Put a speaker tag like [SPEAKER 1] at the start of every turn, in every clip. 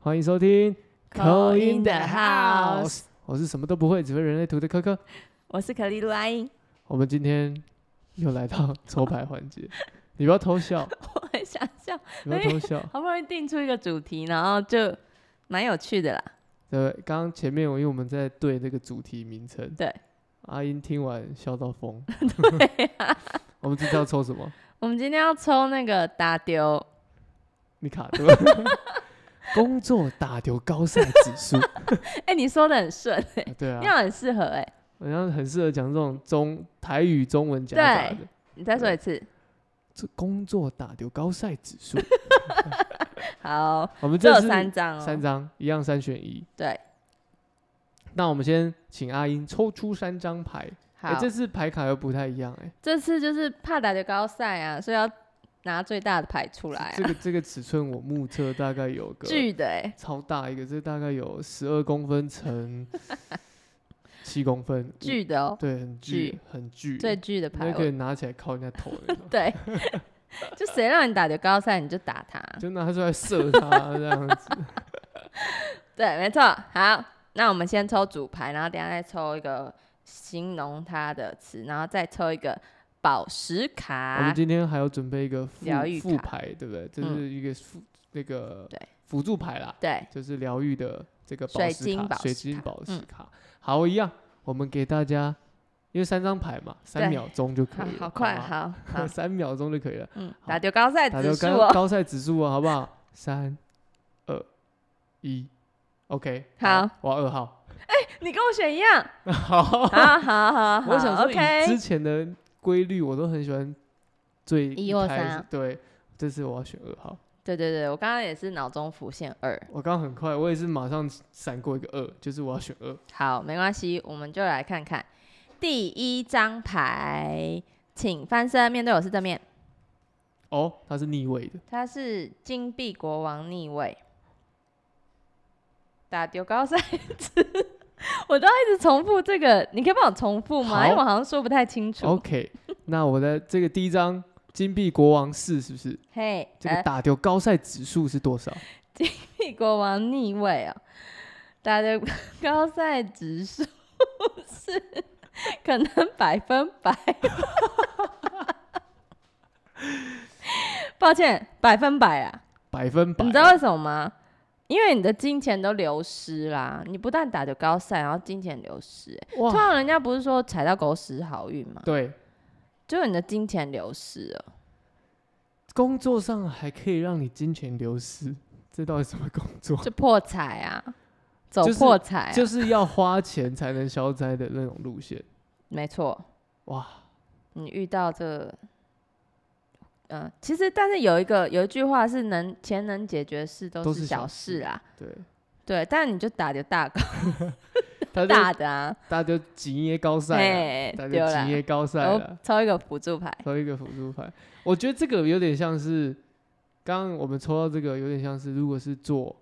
[SPEAKER 1] 欢迎收听《
[SPEAKER 2] Call in the house》，
[SPEAKER 1] 我是什么都不会，只会人类图的科科。
[SPEAKER 2] 我是可丽露阿英，
[SPEAKER 1] 我们今天又来到抽牌环节，你不要偷笑，
[SPEAKER 2] 我很想笑，
[SPEAKER 1] 你不要偷 笑。
[SPEAKER 2] 好不容易定出一个主题，然后就蛮有趣的啦。
[SPEAKER 1] 对，刚刚前面我因为我们在对这个主题名称，
[SPEAKER 2] 对，
[SPEAKER 1] 阿英听完笑到疯。对、 我们这次要抽什么？
[SPEAKER 2] 我们今天要抽那个打丢，
[SPEAKER 1] 你卡住了。工作打丢高赛指数，
[SPEAKER 2] 哎、你说的很顺、欸，
[SPEAKER 1] 对啊
[SPEAKER 2] 那，样很适合哎、
[SPEAKER 1] 好像很适合讲这种中台语中文讲法的
[SPEAKER 2] 对。你再说一次，
[SPEAKER 1] 这工作打丢高赛指数，
[SPEAKER 2] 好，
[SPEAKER 1] 我们
[SPEAKER 2] 只
[SPEAKER 1] 这
[SPEAKER 2] 有
[SPEAKER 1] 次
[SPEAKER 2] 三张哦、
[SPEAKER 1] 三张，一样三选一。
[SPEAKER 2] 对，
[SPEAKER 1] 那我们先请阿英抽出三张牌，
[SPEAKER 2] 好，
[SPEAKER 1] 哎、这
[SPEAKER 2] 这
[SPEAKER 1] 次牌卡又不太一样、哎、
[SPEAKER 2] 次就是怕打丢高赛啊，所以要拿最大的牌出来啊，
[SPEAKER 1] 这个这个尺寸我目测大概有个
[SPEAKER 2] 巨的哎、
[SPEAKER 1] 超大一个，这大概有十二公分 乘七公分，五
[SPEAKER 2] 巨的哦、
[SPEAKER 1] 对，很巨
[SPEAKER 2] 巨，
[SPEAKER 1] 很巨，
[SPEAKER 2] 最巨的牌
[SPEAKER 1] 那可以
[SPEAKER 2] 位，，
[SPEAKER 1] 拿起来靠人家头那种
[SPEAKER 2] 对，就谁让你打丢高赛你就打他，
[SPEAKER 1] 就拿出来射他这样子。
[SPEAKER 2] 对，没错。好，那我们先抽主牌，然后等一下再抽一个形容它的词，然后再抽一个宝石
[SPEAKER 1] 我们
[SPEAKER 2] 卡。
[SPEAKER 1] 今天还要准备一个副
[SPEAKER 2] 啊疗愈
[SPEAKER 1] 副
[SPEAKER 2] 卡
[SPEAKER 1] 牌，对不对？这
[SPEAKER 2] 嗯
[SPEAKER 1] 是一个副、那个
[SPEAKER 2] 对
[SPEAKER 1] 辅助牌啦，
[SPEAKER 2] 对，
[SPEAKER 1] 就是疗愈的这个宝
[SPEAKER 2] 水
[SPEAKER 1] 石
[SPEAKER 2] 晶
[SPEAKER 1] 卡、
[SPEAKER 2] 宝
[SPEAKER 1] 水
[SPEAKER 2] 石
[SPEAKER 1] 晶
[SPEAKER 2] 卡
[SPEAKER 1] 宝石
[SPEAKER 2] 嗯
[SPEAKER 1] 卡。好，一样，我们给大家，因为三张牌嘛，三
[SPEAKER 2] 对
[SPEAKER 1] 秒钟就可
[SPEAKER 2] 好
[SPEAKER 1] 以了，
[SPEAKER 2] 好快，
[SPEAKER 1] 吗，
[SPEAKER 2] 好 好，
[SPEAKER 1] 三秒钟就可以了。
[SPEAKER 2] 嗯，
[SPEAKER 1] 好
[SPEAKER 2] 打丢高赛
[SPEAKER 1] 打
[SPEAKER 2] 指
[SPEAKER 1] 掉
[SPEAKER 2] 数
[SPEAKER 1] 高
[SPEAKER 2] 哦。
[SPEAKER 1] 高赛指数啊，好不好？三、二、一，OK。
[SPEAKER 2] 好，
[SPEAKER 1] 我要二号。
[SPEAKER 2] 你跟我选一样，
[SPEAKER 1] 好，
[SPEAKER 2] 好好好好
[SPEAKER 1] 我想说以
[SPEAKER 2] OK，
[SPEAKER 1] 之前的规律，我都很喜欢最
[SPEAKER 2] 一
[SPEAKER 1] 一
[SPEAKER 2] 或
[SPEAKER 1] 开始
[SPEAKER 2] 三啊
[SPEAKER 1] 对，这次我要选二号。
[SPEAKER 2] 对对对，我刚刚也是脑中浮现二，
[SPEAKER 1] 我刚刚很快，我也是马上闪过一个二，就是我要选二。
[SPEAKER 2] 好，没关系，我们就来看看第一张牌，请翻身，面对我是正面，
[SPEAKER 1] 哦，它是逆位的，
[SPEAKER 2] 他是金币国王逆位，打丢高赛指， 我都要一直重复这个，你可以帮我重复吗？
[SPEAKER 1] 好
[SPEAKER 2] 因为我好像说不太清楚。
[SPEAKER 1] OK，那我的这个第一张金币国王四是不是？
[SPEAKER 2] 嘿，
[SPEAKER 1] 这个打丢高赛指数是多少？
[SPEAKER 2] 金币国王逆位哦，打丢高赛指数是可能百分百， 抱歉，百分百啊。
[SPEAKER 1] 百分百。
[SPEAKER 2] 你知道为什么吗？因为你的金钱都流失啦，你不但打着高赛，然后金钱流失、欸通
[SPEAKER 1] 哇？
[SPEAKER 2] 常人家不是说踩到狗屎好运吗？
[SPEAKER 1] 对，
[SPEAKER 2] 就是你的金钱流失了，
[SPEAKER 1] 工作上还可以让你金钱流失，这到底什么工作？
[SPEAKER 2] 就破财啊，走
[SPEAKER 1] 就是
[SPEAKER 2] 破财、啊，
[SPEAKER 1] 就是要花钱才能消灾的那种路线。
[SPEAKER 2] 没错。
[SPEAKER 1] 哇，
[SPEAKER 2] 你遇到这个嗯、其实但是有一个有一句话是能钱能解决的事
[SPEAKER 1] 都
[SPEAKER 2] 都
[SPEAKER 1] 是
[SPEAKER 2] 是
[SPEAKER 1] 小
[SPEAKER 2] 小事
[SPEAKER 1] 事
[SPEAKER 2] 啊，
[SPEAKER 1] 对，
[SPEAKER 2] 对。但你就打着大高
[SPEAKER 1] 他就
[SPEAKER 2] 大 的啊，
[SPEAKER 1] 他就紧业高赛啦，啊
[SPEAKER 2] 哎，
[SPEAKER 1] 他就
[SPEAKER 2] 对啦
[SPEAKER 1] 紧，业高赛啊
[SPEAKER 2] 我
[SPEAKER 1] 了。
[SPEAKER 2] 哦抽一个辅助牌，
[SPEAKER 1] 抽一个辅助牌，我觉得这个有点像是，刚刚我们抽到这个有点像是，如果是做，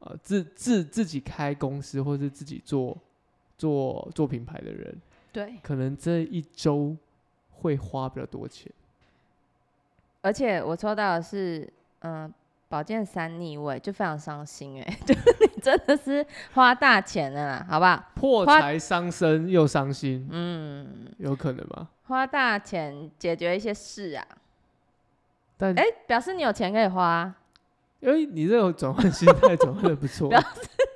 [SPEAKER 1] 呃，自自自己开公司或是自己做做做品牌的人，
[SPEAKER 2] 对。
[SPEAKER 1] 可能这一周会花比较多钱。
[SPEAKER 2] 而且我抽到的是，嗯、宝剑三逆位，就非常伤心哎、 就是你真的是花大钱了啦，好不好？
[SPEAKER 1] 破
[SPEAKER 2] 花
[SPEAKER 1] 财伤身又伤心，
[SPEAKER 2] 嗯，
[SPEAKER 1] 有可能吧？
[SPEAKER 2] 花大钱解决一些事啊，
[SPEAKER 1] 但
[SPEAKER 2] 哎、表示你有钱可以花啊，
[SPEAKER 1] 因为你这种转换心态转换的不错
[SPEAKER 2] 不，要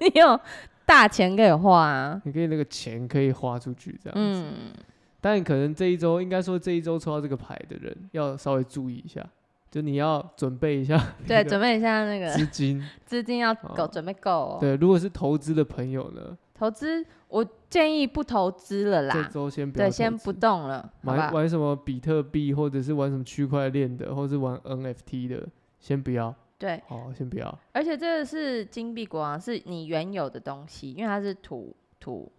[SPEAKER 2] 你有大钱可以花啊，
[SPEAKER 1] 你可以那个钱可以花出去这样子。
[SPEAKER 2] 嗯，
[SPEAKER 1] 但可能这一周，应该说这一周抽到这个牌的人，要稍微注意一下，就你要准备一下 你
[SPEAKER 2] 对，
[SPEAKER 1] 的
[SPEAKER 2] 准备一下那个
[SPEAKER 1] 资 金。
[SPEAKER 2] 资金要
[SPEAKER 1] 哦
[SPEAKER 2] 够，准备够哦。
[SPEAKER 1] 对，如果是投资的朋友呢，
[SPEAKER 2] 投资我建议不投资了
[SPEAKER 1] 这
[SPEAKER 2] 啦，
[SPEAKER 1] 周先不要
[SPEAKER 2] 对，
[SPEAKER 1] 投资，
[SPEAKER 2] 先不动了，好
[SPEAKER 1] 玩
[SPEAKER 2] 吧？
[SPEAKER 1] 玩什么比特币，或者是玩什么区块链的，或是玩 NFT 的，先不要，
[SPEAKER 2] 对，
[SPEAKER 1] 哦，先不要。
[SPEAKER 2] 而且这个是金币国王，是你原有的东西，因为它是图图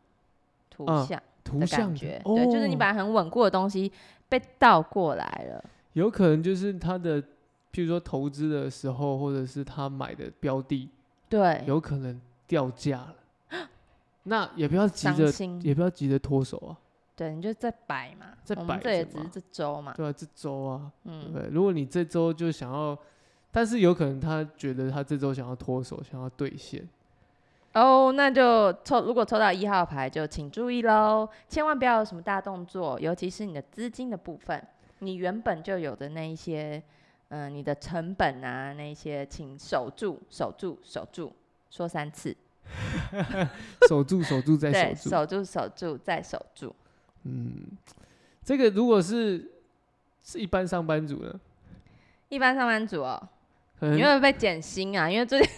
[SPEAKER 2] 图
[SPEAKER 1] 嗯
[SPEAKER 2] 像
[SPEAKER 1] 图
[SPEAKER 2] 的
[SPEAKER 1] 像
[SPEAKER 2] 感
[SPEAKER 1] 的
[SPEAKER 2] 觉，
[SPEAKER 1] 哦、
[SPEAKER 2] 对，就是你把很稳固的东西被倒过来了，
[SPEAKER 1] 有可能就是他的，譬如说投资的时候，或者是他买的标的，
[SPEAKER 2] 对，
[SPEAKER 1] 有可能掉价了， 那也不要急
[SPEAKER 2] 伤
[SPEAKER 1] 着，
[SPEAKER 2] 心，
[SPEAKER 1] 也不要急着脱手啊，
[SPEAKER 2] 对，你就再摆嘛，
[SPEAKER 1] 再
[SPEAKER 2] 我
[SPEAKER 1] 摆
[SPEAKER 2] 们这也
[SPEAKER 1] 着
[SPEAKER 2] 只是
[SPEAKER 1] 嘛
[SPEAKER 2] 这周嘛，
[SPEAKER 1] 对啊，这周啊，对不
[SPEAKER 2] 嗯，
[SPEAKER 1] 对？如果你这周就想要但是有可能他觉得他这周想要脱手，想要兑现，
[SPEAKER 2] 哦，那就抽，如果抽到一号牌，就请注意喽，千万不要有什么大动作，尤其是你的资金的部分，你原本就有的那一些，嗯、你的成本啊，那一些，请守住，守住，守住，说三次，
[SPEAKER 1] 守住守住再
[SPEAKER 2] 对，
[SPEAKER 1] 守住。
[SPEAKER 2] 守住，守住，再守住。
[SPEAKER 1] 嗯，这个如果是是一般上班族呢，
[SPEAKER 2] 一般上班族哦，
[SPEAKER 1] 可
[SPEAKER 2] 你
[SPEAKER 1] 能
[SPEAKER 2] 会不会被减薪啊？因为最近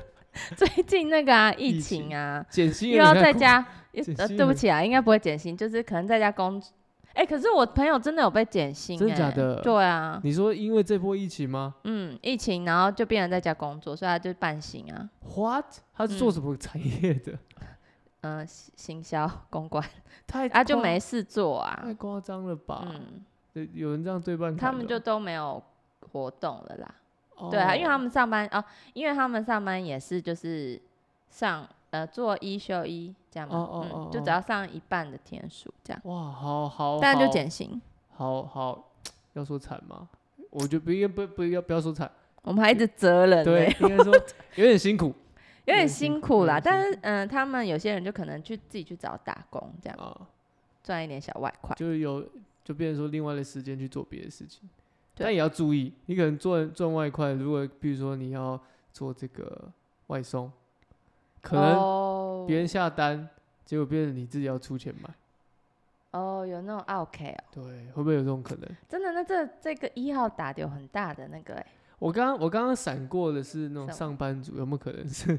[SPEAKER 2] 最近那个啊，疫
[SPEAKER 1] 疫情
[SPEAKER 2] 情啊，
[SPEAKER 1] 减薪
[SPEAKER 2] 又
[SPEAKER 1] 有
[SPEAKER 2] 要
[SPEAKER 1] 点
[SPEAKER 2] 在
[SPEAKER 1] 困
[SPEAKER 2] 家，也
[SPEAKER 1] 减
[SPEAKER 2] 呃，
[SPEAKER 1] 薪
[SPEAKER 2] 对不
[SPEAKER 1] 很
[SPEAKER 2] 起啊，应该不会减薪，就是可能在家工。哎、可是我朋友真的有被减薪、欸，
[SPEAKER 1] 真的假的
[SPEAKER 2] 对啊，
[SPEAKER 1] 你说因为这波疫情吗
[SPEAKER 2] 嗯，疫情然后就变成在家工作，所以他就半薪啊，
[SPEAKER 1] ？What？他是做什么产业的？
[SPEAKER 2] 嗯、行行销 公关，
[SPEAKER 1] 太
[SPEAKER 2] 啊就
[SPEAKER 1] 夸
[SPEAKER 2] 没事做啊
[SPEAKER 1] 太，夸张了吧？
[SPEAKER 2] 嗯，
[SPEAKER 1] 有有人这样对半
[SPEAKER 2] 他
[SPEAKER 1] 砍
[SPEAKER 2] 们
[SPEAKER 1] 的
[SPEAKER 2] 就都没有活动了啦，对啊，因为他
[SPEAKER 1] 哦
[SPEAKER 2] 们上班哦，因为他们上班也是就是上呃做一休一这样嘛，
[SPEAKER 1] 哦哦哦
[SPEAKER 2] 嗯，就只
[SPEAKER 1] 哦
[SPEAKER 2] 要上一半的天数这样，
[SPEAKER 1] 哇，好好，
[SPEAKER 2] 但就
[SPEAKER 1] 好
[SPEAKER 2] 减薪，
[SPEAKER 1] 好好，要说惨吗？我觉得不应该不不要不要说惨，
[SPEAKER 2] 我们还一直责人呢、
[SPEAKER 1] 对，应该说有点辛 苦
[SPEAKER 2] 有
[SPEAKER 1] 有点
[SPEAKER 2] 点
[SPEAKER 1] 辛
[SPEAKER 2] 辛
[SPEAKER 1] 苦
[SPEAKER 2] 苦
[SPEAKER 1] 有
[SPEAKER 2] 啦，
[SPEAKER 1] 点
[SPEAKER 2] 但
[SPEAKER 1] 辛
[SPEAKER 2] 是嗯、呃他们有些人就可能去自己去找打工，这样
[SPEAKER 1] 啊，
[SPEAKER 2] 赚一点小外快。
[SPEAKER 1] 就是有就变成说另外的时间去做别的事情，
[SPEAKER 2] 对
[SPEAKER 1] 但也要注意，你可能赚赚外快，如果比如说你要做这个外送，可能
[SPEAKER 2] 哦
[SPEAKER 1] 别人下单，结果变成你自己要出钱买，
[SPEAKER 2] 哦，有那种 OK 哦，
[SPEAKER 1] 对，会不会有这种可能？
[SPEAKER 2] 真的，那这这个一号打的有很大的那个哎、
[SPEAKER 1] 我刚刚我刚刚闪过的是那种
[SPEAKER 2] 什么
[SPEAKER 1] 上班族，有没有可能是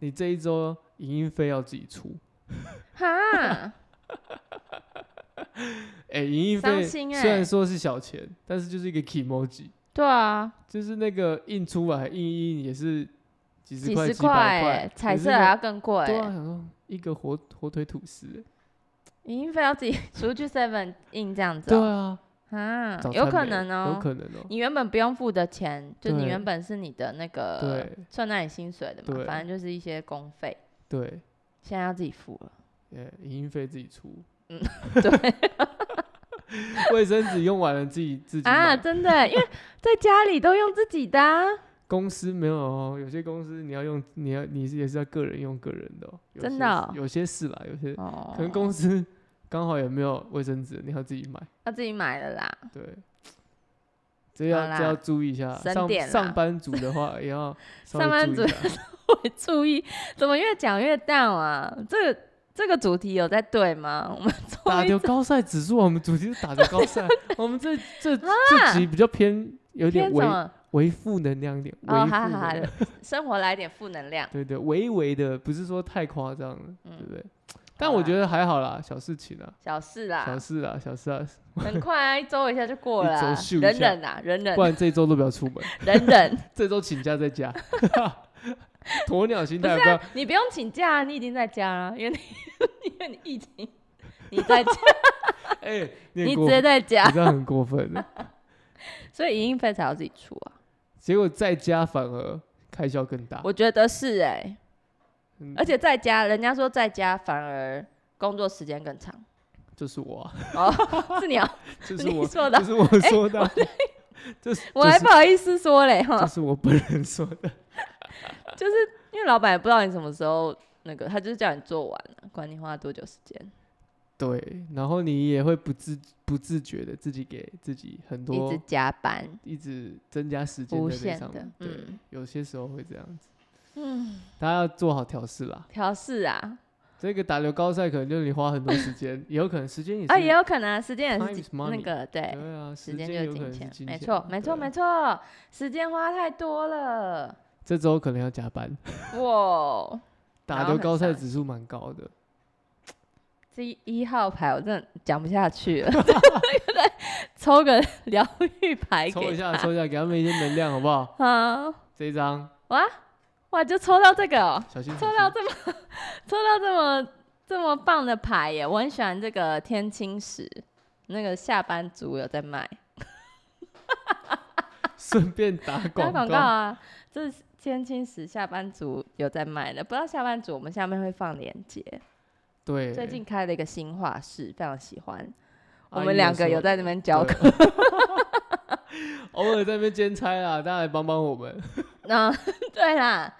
[SPEAKER 1] 你这一周影音费要自己出？
[SPEAKER 2] 哈，
[SPEAKER 1] 哎、影音
[SPEAKER 2] 伤
[SPEAKER 1] 费
[SPEAKER 2] 心
[SPEAKER 1] 虽然
[SPEAKER 2] 欸
[SPEAKER 1] 说是小钱，但是就是一个 emoji，
[SPEAKER 2] 对啊，
[SPEAKER 1] 就是那个印出来印一印也是几十
[SPEAKER 2] 几
[SPEAKER 1] 块、欸
[SPEAKER 2] 十
[SPEAKER 1] 几百
[SPEAKER 2] 哎、
[SPEAKER 1] 块，
[SPEAKER 2] 彩
[SPEAKER 1] 也是
[SPEAKER 2] 色
[SPEAKER 1] 那
[SPEAKER 2] 还要更贵、
[SPEAKER 1] 对啊，想说一个火火腿吐司欸、
[SPEAKER 2] 影音费要自己出去 seven 印这样子、
[SPEAKER 1] 对
[SPEAKER 2] 哦，
[SPEAKER 1] 啊，
[SPEAKER 2] 啊
[SPEAKER 1] 早，
[SPEAKER 2] 有
[SPEAKER 1] 餐没
[SPEAKER 2] 可能
[SPEAKER 1] 有
[SPEAKER 2] 哦、
[SPEAKER 1] 可能哦、
[SPEAKER 2] 你原本不用付的钱，就你
[SPEAKER 1] 对
[SPEAKER 2] 原本是你的那个
[SPEAKER 1] 对
[SPEAKER 2] 算那里薪水的嘛
[SPEAKER 1] 对，
[SPEAKER 2] 反正就是一些公费，
[SPEAKER 1] 对，
[SPEAKER 2] 现在要自己付了。
[SPEAKER 1] 哎、影音费自己出，
[SPEAKER 2] 嗯，
[SPEAKER 1] 对， 卫生纸用完了自己自己
[SPEAKER 2] 啊，
[SPEAKER 1] 买
[SPEAKER 2] 真的，因为在家里都用自己的、啊，
[SPEAKER 1] 公司没有哦，有些公司你要用，你要你是也是要个人用个人的、哦，有
[SPEAKER 2] 真
[SPEAKER 1] 些是
[SPEAKER 2] 的哦
[SPEAKER 1] 有些是啦，有些
[SPEAKER 2] 哦
[SPEAKER 1] 可能公司刚好也没有卫生纸，你要自己买，
[SPEAKER 2] 要自己买了啦。
[SPEAKER 1] 对，这要
[SPEAKER 2] 好啦
[SPEAKER 1] 这要注意一下，
[SPEAKER 2] 省
[SPEAKER 1] 上
[SPEAKER 2] 点啦
[SPEAKER 1] 上班族的 话也要稍微
[SPEAKER 2] 上班
[SPEAKER 1] 注意一
[SPEAKER 2] 族
[SPEAKER 1] 下
[SPEAKER 2] 我注意，怎么越讲越 down 啊？这个这个主题有在对吗？我们
[SPEAKER 1] 打
[SPEAKER 2] 终于
[SPEAKER 1] 掉高赛指数，我们主题是打掉高 赛，我们这这这集比较偏有点
[SPEAKER 2] 啊偏什
[SPEAKER 1] 微
[SPEAKER 2] 么？
[SPEAKER 1] 微负能量一点，微
[SPEAKER 2] 哦，
[SPEAKER 1] 负
[SPEAKER 2] 好好
[SPEAKER 1] 能
[SPEAKER 2] 好
[SPEAKER 1] 量，，
[SPEAKER 2] 生活来点负能量。
[SPEAKER 1] 对对，微微的，不是说太夸张了，对不
[SPEAKER 2] 嗯，
[SPEAKER 1] 对？但我
[SPEAKER 2] 啦
[SPEAKER 1] 觉得还好啦，小事情啊。
[SPEAKER 2] 小事啦
[SPEAKER 1] 小，事啊，小事啊，
[SPEAKER 2] 很快啊，一周一下就过了
[SPEAKER 1] 一
[SPEAKER 2] 啊
[SPEAKER 1] 周，咻一
[SPEAKER 2] 忍
[SPEAKER 1] 下
[SPEAKER 2] 忍啊，忍忍
[SPEAKER 1] 不，然这一周都不要出门，
[SPEAKER 2] 忍忍。
[SPEAKER 1] 这周请假在家， 鸵鸟心
[SPEAKER 2] 不
[SPEAKER 1] 态
[SPEAKER 2] 是
[SPEAKER 1] 不要
[SPEAKER 2] 啊，你不用请假啊，你已经在家了，因为你 因为你疫情，你在家，
[SPEAKER 1] 哎， 你
[SPEAKER 2] 你
[SPEAKER 1] 很
[SPEAKER 2] 啊直
[SPEAKER 1] 过
[SPEAKER 2] 接
[SPEAKER 1] 分，
[SPEAKER 2] 在家
[SPEAKER 1] 你，这样很过分的，
[SPEAKER 2] 所以影音费才要自己出啊。
[SPEAKER 1] 结果在家反而开销更大，
[SPEAKER 2] 我觉得是哎、
[SPEAKER 1] 嗯
[SPEAKER 2] 而且在家，人家说在家反而工作时间更 长。
[SPEAKER 1] 就是我 啊，
[SPEAKER 2] 哦，是你啊，
[SPEAKER 1] 就是
[SPEAKER 2] 你
[SPEAKER 1] 我，
[SPEAKER 2] 说的哎
[SPEAKER 1] 就，是我说的啊， 就是
[SPEAKER 2] 我还
[SPEAKER 1] 就
[SPEAKER 2] 不好意思说嘞
[SPEAKER 1] 是就
[SPEAKER 2] 哈，
[SPEAKER 1] 是我本人说的，
[SPEAKER 2] 就是因为老板也不知道你什么时候那个，他就是叫你做完了，管你花多久时间，
[SPEAKER 1] 对，然后你也会不自不自觉的自己给自己很
[SPEAKER 2] 一
[SPEAKER 1] 多
[SPEAKER 2] 直加班。
[SPEAKER 1] 一直增加时间
[SPEAKER 2] 无
[SPEAKER 1] 在那
[SPEAKER 2] 限
[SPEAKER 1] 上
[SPEAKER 2] 的
[SPEAKER 1] 面，对
[SPEAKER 2] 嗯，
[SPEAKER 1] 有些时候会这样子，
[SPEAKER 2] 嗯，
[SPEAKER 1] 大家要做好调试啦。
[SPEAKER 2] 调试啊，
[SPEAKER 1] 这个打流高赛可能就是你花很多时 间，也有可能时间也是
[SPEAKER 2] 啊，也有可能啊时间也
[SPEAKER 1] time
[SPEAKER 2] 是
[SPEAKER 1] is
[SPEAKER 2] 金那
[SPEAKER 1] money
[SPEAKER 2] 个对，
[SPEAKER 1] 对啊，
[SPEAKER 2] 时间
[SPEAKER 1] 间
[SPEAKER 2] 就
[SPEAKER 1] 有可
[SPEAKER 2] 是
[SPEAKER 1] 能是
[SPEAKER 2] 钱，
[SPEAKER 1] 金
[SPEAKER 2] 没
[SPEAKER 1] 钱
[SPEAKER 2] 错，没错，没。
[SPEAKER 1] 对啊
[SPEAKER 2] 错，时间花太多了，
[SPEAKER 1] 这周可能要加班，
[SPEAKER 2] 哇，
[SPEAKER 1] 打
[SPEAKER 2] 然
[SPEAKER 1] 的
[SPEAKER 2] 后很
[SPEAKER 1] 高赛
[SPEAKER 2] 伤
[SPEAKER 1] 指数蛮高的，
[SPEAKER 2] 这一一号牌我真的讲不下去了， 抽个疗愈牌给
[SPEAKER 1] 抽一下，
[SPEAKER 2] 他
[SPEAKER 1] 抽一下，给他们一些能量好不 好？
[SPEAKER 2] 啊！
[SPEAKER 1] 这一张
[SPEAKER 2] 哇哇，就抽到这个哦，
[SPEAKER 1] 小心
[SPEAKER 2] 抽
[SPEAKER 1] 小
[SPEAKER 2] 到
[SPEAKER 1] 心
[SPEAKER 2] 这么抽到这么这么棒的牌耶！我很喜欢这个天青石，那个下班族有在卖，
[SPEAKER 1] 顺便打
[SPEAKER 2] 打
[SPEAKER 1] 广
[SPEAKER 2] 广告啊，这是天青石下班族有在卖的，不知道下班族我们下面会放链接。
[SPEAKER 1] 对，
[SPEAKER 2] 最近开了一个新画室，非常喜欢。
[SPEAKER 1] 阿
[SPEAKER 2] 我
[SPEAKER 1] 姨
[SPEAKER 2] 们两个
[SPEAKER 1] 说
[SPEAKER 2] 有在那边教
[SPEAKER 1] 对
[SPEAKER 2] 课，
[SPEAKER 1] 偶尔在那边兼差啦，大家来帮帮我 们。
[SPEAKER 2] 那、嗯对啦，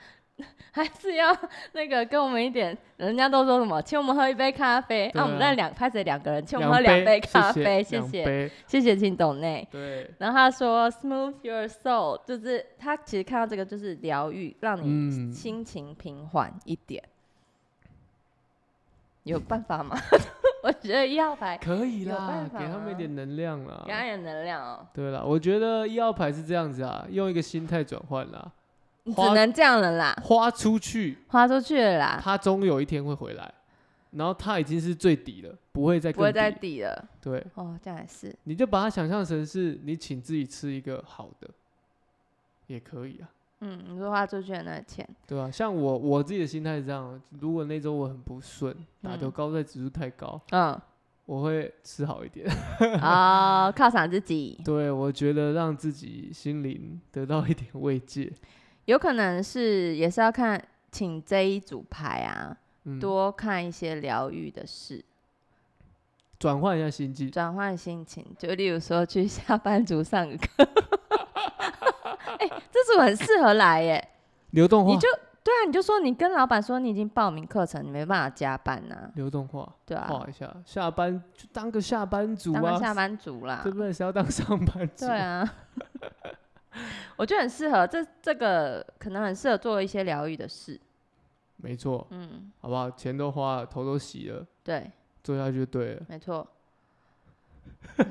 [SPEAKER 2] 还是要那个跟我们一点。人家都说什么，请我们喝一杯咖啡，
[SPEAKER 1] 对
[SPEAKER 2] 那、
[SPEAKER 1] 啊
[SPEAKER 2] 我们在两拍谁两个人，请我
[SPEAKER 1] 两
[SPEAKER 2] 们喝两杯
[SPEAKER 1] 杯
[SPEAKER 2] 咖啡，谢
[SPEAKER 1] 谢两
[SPEAKER 2] 谢，
[SPEAKER 1] 杯
[SPEAKER 2] 谢谢请董内。
[SPEAKER 1] 对，
[SPEAKER 2] 然后他说 “smooth your soul”，就是他其实看到这个就是疗愈，让你
[SPEAKER 1] 嗯
[SPEAKER 2] 心情平缓一点。有办法吗？ 我觉得一号牌
[SPEAKER 1] 可以
[SPEAKER 2] 有
[SPEAKER 1] 啦
[SPEAKER 2] 办，法
[SPEAKER 1] 给他们一
[SPEAKER 2] 啊
[SPEAKER 1] 点能量啦
[SPEAKER 2] 给。他点能量哦，
[SPEAKER 1] 对啦，我觉得一号牌是这样子啊，用一个心态转换啦，
[SPEAKER 2] 你只
[SPEAKER 1] 花
[SPEAKER 2] 能这样了啦，
[SPEAKER 1] 花出去，
[SPEAKER 2] 花出去了啦，
[SPEAKER 1] 它终有一天会回来，然后它已经是最底了，不会再
[SPEAKER 2] 不会
[SPEAKER 1] 更
[SPEAKER 2] 再
[SPEAKER 1] 底。
[SPEAKER 2] 抵了。
[SPEAKER 1] 对，
[SPEAKER 2] 哦，这样也是。
[SPEAKER 1] 你就把它想象成是你请自己吃一个好的，也可以啊，
[SPEAKER 2] 嗯，你说花出去的那个钱，
[SPEAKER 1] 对吧、像我我自己的心态是这样，啊如果那周我很不顺，打球
[SPEAKER 2] 嗯
[SPEAKER 1] 高赛指数太高，
[SPEAKER 2] 嗯，
[SPEAKER 1] 我会吃好一点。
[SPEAKER 2] 啊、犒赏自己，
[SPEAKER 1] 对，我觉得让自己心灵得到一点慰藉。
[SPEAKER 2] 有可能是也是要看，请这一组牌啊，
[SPEAKER 1] 嗯，
[SPEAKER 2] 多看一些疗愈的事，
[SPEAKER 1] 转换一下心境。
[SPEAKER 2] 转换心情，就例如说去下班族上个课，哎、这组很适合来 耶，
[SPEAKER 1] 流动化
[SPEAKER 2] 你，就对啊，你就说你跟老板说你已经报名课程，你没办法加班呐、
[SPEAKER 1] 流动化，
[SPEAKER 2] 对啊
[SPEAKER 1] 画，一下，下班就当个下班族
[SPEAKER 2] 当
[SPEAKER 1] 啊，
[SPEAKER 2] 个下班族啦
[SPEAKER 1] 对，不对？谁要当上班族？
[SPEAKER 2] 对啊， 我觉得很适合，这这个可能很适合做一些疗愈的事，
[SPEAKER 1] 没错，
[SPEAKER 2] 嗯，
[SPEAKER 1] 好不好？钱都花了，头都洗了，
[SPEAKER 2] 对。
[SPEAKER 1] 做下去就对了。
[SPEAKER 2] 没错，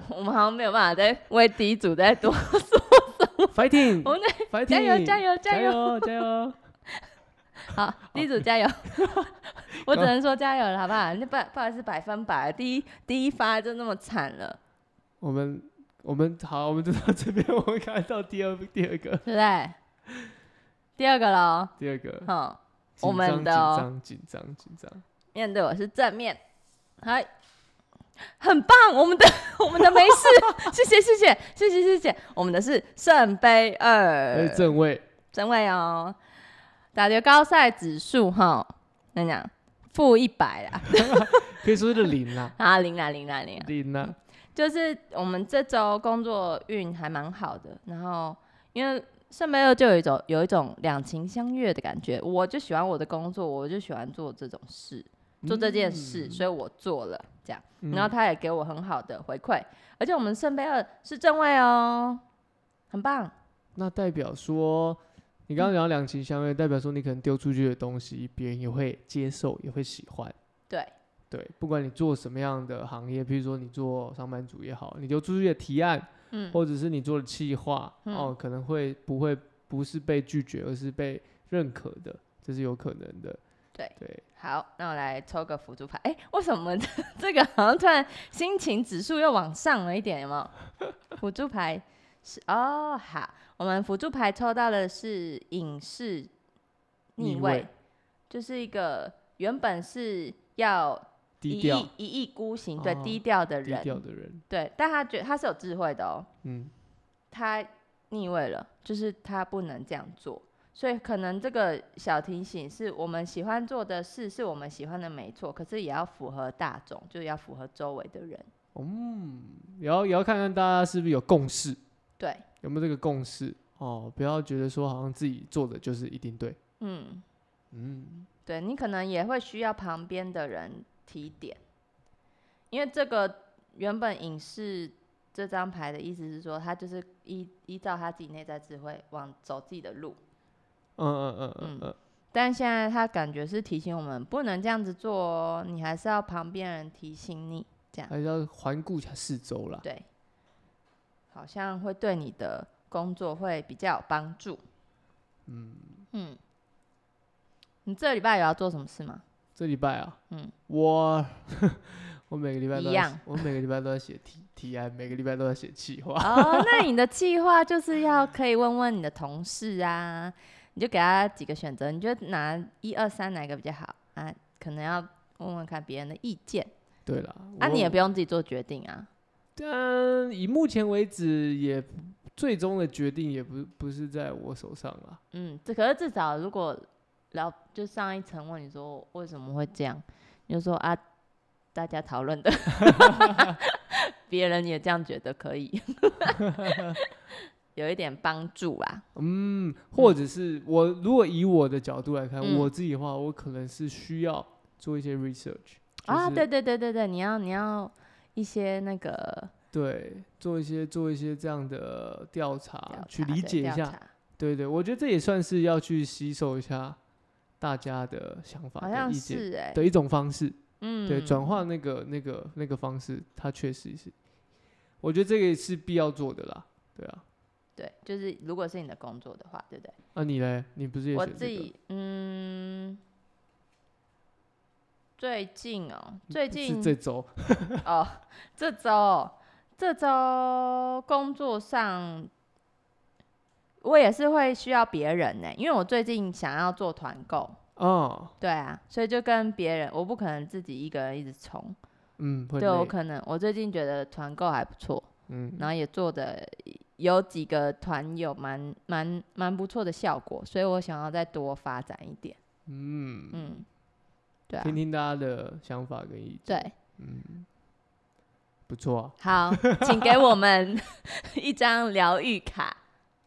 [SPEAKER 2] 我们好像没有办法再为第一组再多 我们
[SPEAKER 1] Fighting，Fighting，
[SPEAKER 2] 加油加油加
[SPEAKER 1] 加
[SPEAKER 2] 油！
[SPEAKER 1] 油加油！
[SPEAKER 2] 好，第一组加油！我只能说加油了，好不好？那不不好意思，百分百了，第一第一发就那么惨了，
[SPEAKER 1] 我们我们好，我们就到这边，我们看到第二第二个
[SPEAKER 2] 对不对？第二个喽，
[SPEAKER 1] 第二个，
[SPEAKER 2] 嗯，
[SPEAKER 1] 紧
[SPEAKER 2] 我们
[SPEAKER 1] 张
[SPEAKER 2] 的哦
[SPEAKER 1] 紧张紧张紧张，
[SPEAKER 2] 面对我是正面，嗨，很棒，我们的 我们的没事，谢谢谢谢谢谢谢谢，我们的是圣杯
[SPEAKER 1] 而
[SPEAKER 2] 二
[SPEAKER 1] 且，哎正位
[SPEAKER 2] 真位哦，打球高赛指数哈，跟你讲负一百啦，
[SPEAKER 1] 可以说是零啦，
[SPEAKER 2] 啊零啦零啦零啦，
[SPEAKER 1] 零啦，
[SPEAKER 2] 就是我们这周工作运还蛮好的，然后因为圣杯二就有一种有一种两情相悦的感觉，我就喜欢我的工作，我就喜欢做这种事，做这件事，所以我做了这样，
[SPEAKER 1] 嗯
[SPEAKER 2] 然后他也给我很好的回馈，而且我们圣杯二是正位哦，很棒，
[SPEAKER 1] 那代表说，你刚刚讲到两情相悦，代表说你可能丢出去的东西，别人也会接受，也会喜欢。
[SPEAKER 2] 对
[SPEAKER 1] 对，不管你做什么样的行业，比如说你做上班族也好，你丢出去的提案，
[SPEAKER 2] 嗯
[SPEAKER 1] 或者是你做的企划，
[SPEAKER 2] 嗯
[SPEAKER 1] 哦，可能会不会不是被拒绝，而是被认可的，这是有可能的。
[SPEAKER 2] 对
[SPEAKER 1] 对，
[SPEAKER 2] 好，那我来抽个辅助牌。哎、为什么这 这个好像突然心情指数又往上了一点？有没有？辅助牌是哦，好，我们辅助牌抽到的是隐士
[SPEAKER 1] 逆
[SPEAKER 2] 逆位
[SPEAKER 1] 位，
[SPEAKER 2] 就是一个原本是要一
[SPEAKER 1] 低调
[SPEAKER 2] 意一意孤行，对，
[SPEAKER 1] 哦
[SPEAKER 2] 低调的
[SPEAKER 1] 低
[SPEAKER 2] 人，
[SPEAKER 1] 调的人，
[SPEAKER 2] 对，但他觉得他是有智慧的哦，
[SPEAKER 1] 嗯，
[SPEAKER 2] 他逆位了，就是他不能这样做。所以可能这个小提醒是我们喜欢做的事，是我们喜欢的没错，可是也要符合大众，就是要符合周围的人。
[SPEAKER 1] 也要也要看看大家是不是有共识，
[SPEAKER 2] 对，
[SPEAKER 1] 有没有这个共识哦，不要觉得说好像自己做的就是一定对，
[SPEAKER 2] 嗯，
[SPEAKER 1] 嗯。
[SPEAKER 2] 对你可能也会需要旁边的人提点，因为这个原本影视这张牌的意思是说，他就是依依照他自己内在智慧往走自己的路，
[SPEAKER 1] 嗯嗯嗯嗯
[SPEAKER 2] 但现在他感觉是提醒我们不能这样子做哦，你还是要旁边人提醒你。
[SPEAKER 1] 嗯，还是要环顾一下四周啦。
[SPEAKER 2] 对，好像会对你的工作会比较有帮助。嗯嗯，你这礼拜有要做什么事吗？
[SPEAKER 1] 这礼拜啊，
[SPEAKER 2] 嗯，
[SPEAKER 1] 我 我每个礼拜
[SPEAKER 2] 一
[SPEAKER 1] 都在
[SPEAKER 2] 样
[SPEAKER 1] 写我每个礼拜都在写提提案，每个礼拜都在写企 划。
[SPEAKER 2] 哦，那你的计划就是要可以问问你的同事啊，你就给他几个选择，你觉得哪一二三哪一个比较好啊？可能要问问看别人的意见，
[SPEAKER 1] 对啦，
[SPEAKER 2] 啊，你也
[SPEAKER 1] 我
[SPEAKER 2] 不用自己做决定啊。
[SPEAKER 1] 但以目前为止也不最终的决定也不不是在我手上啦。
[SPEAKER 2] 嗯，这可是至少如果聊就上一层问你说为什么会这样，你就说啊，大家 讨 论的，别人也这样觉得可以。有一点帮助啦。
[SPEAKER 1] 嗯，或者是我如果以我的角度来看，
[SPEAKER 2] 嗯
[SPEAKER 1] 我自己的话，我可能是需要做一些 research
[SPEAKER 2] 啊，
[SPEAKER 1] 就是
[SPEAKER 2] 对对对对对，你要你要一些那个
[SPEAKER 1] 对，做一些做一些这样的调查，
[SPEAKER 2] 调
[SPEAKER 1] 啊去
[SPEAKER 2] 查
[SPEAKER 1] 理
[SPEAKER 2] 对
[SPEAKER 1] 解一
[SPEAKER 2] 调
[SPEAKER 1] 下。
[SPEAKER 2] 查
[SPEAKER 1] 对对，我觉得这也算是要去吸收一下大家的想法
[SPEAKER 2] 好
[SPEAKER 1] 跟
[SPEAKER 2] 像
[SPEAKER 1] 意见
[SPEAKER 2] 是哎、
[SPEAKER 1] 的一种方式。
[SPEAKER 2] 嗯，
[SPEAKER 1] 对，转化那个那个那个方式，它确实是，我觉得这个也是必要做的啦。对啊，
[SPEAKER 2] 对，就是如果是你的工作的话，对不对？
[SPEAKER 1] 那、啊你嘞？你不是也
[SPEAKER 2] 我
[SPEAKER 1] 选
[SPEAKER 2] 自
[SPEAKER 1] 这个？
[SPEAKER 2] 己嗯，最近哦，最近
[SPEAKER 1] 嗯是这周
[SPEAKER 2] 哦，这周这周工作上，我也是会需要别人呢、因为我最近想要做团购，
[SPEAKER 1] 哦，
[SPEAKER 2] 对啊，所以就跟别人，我不可能自己一个人一直冲，
[SPEAKER 1] 嗯，会
[SPEAKER 2] 对我
[SPEAKER 1] 累，
[SPEAKER 2] 可能我最近觉得团购还不错，
[SPEAKER 1] 嗯，
[SPEAKER 2] 然后也做的有几个团友蛮蛮蛮不错的效果，所以我想要再多发展一点，
[SPEAKER 1] 嗯，
[SPEAKER 2] 嗯，对啊
[SPEAKER 1] 听，听大家的想法跟意见，
[SPEAKER 2] 对，
[SPEAKER 1] 嗯，不错啊。
[SPEAKER 2] 好，请给我们 一张疗愈卡。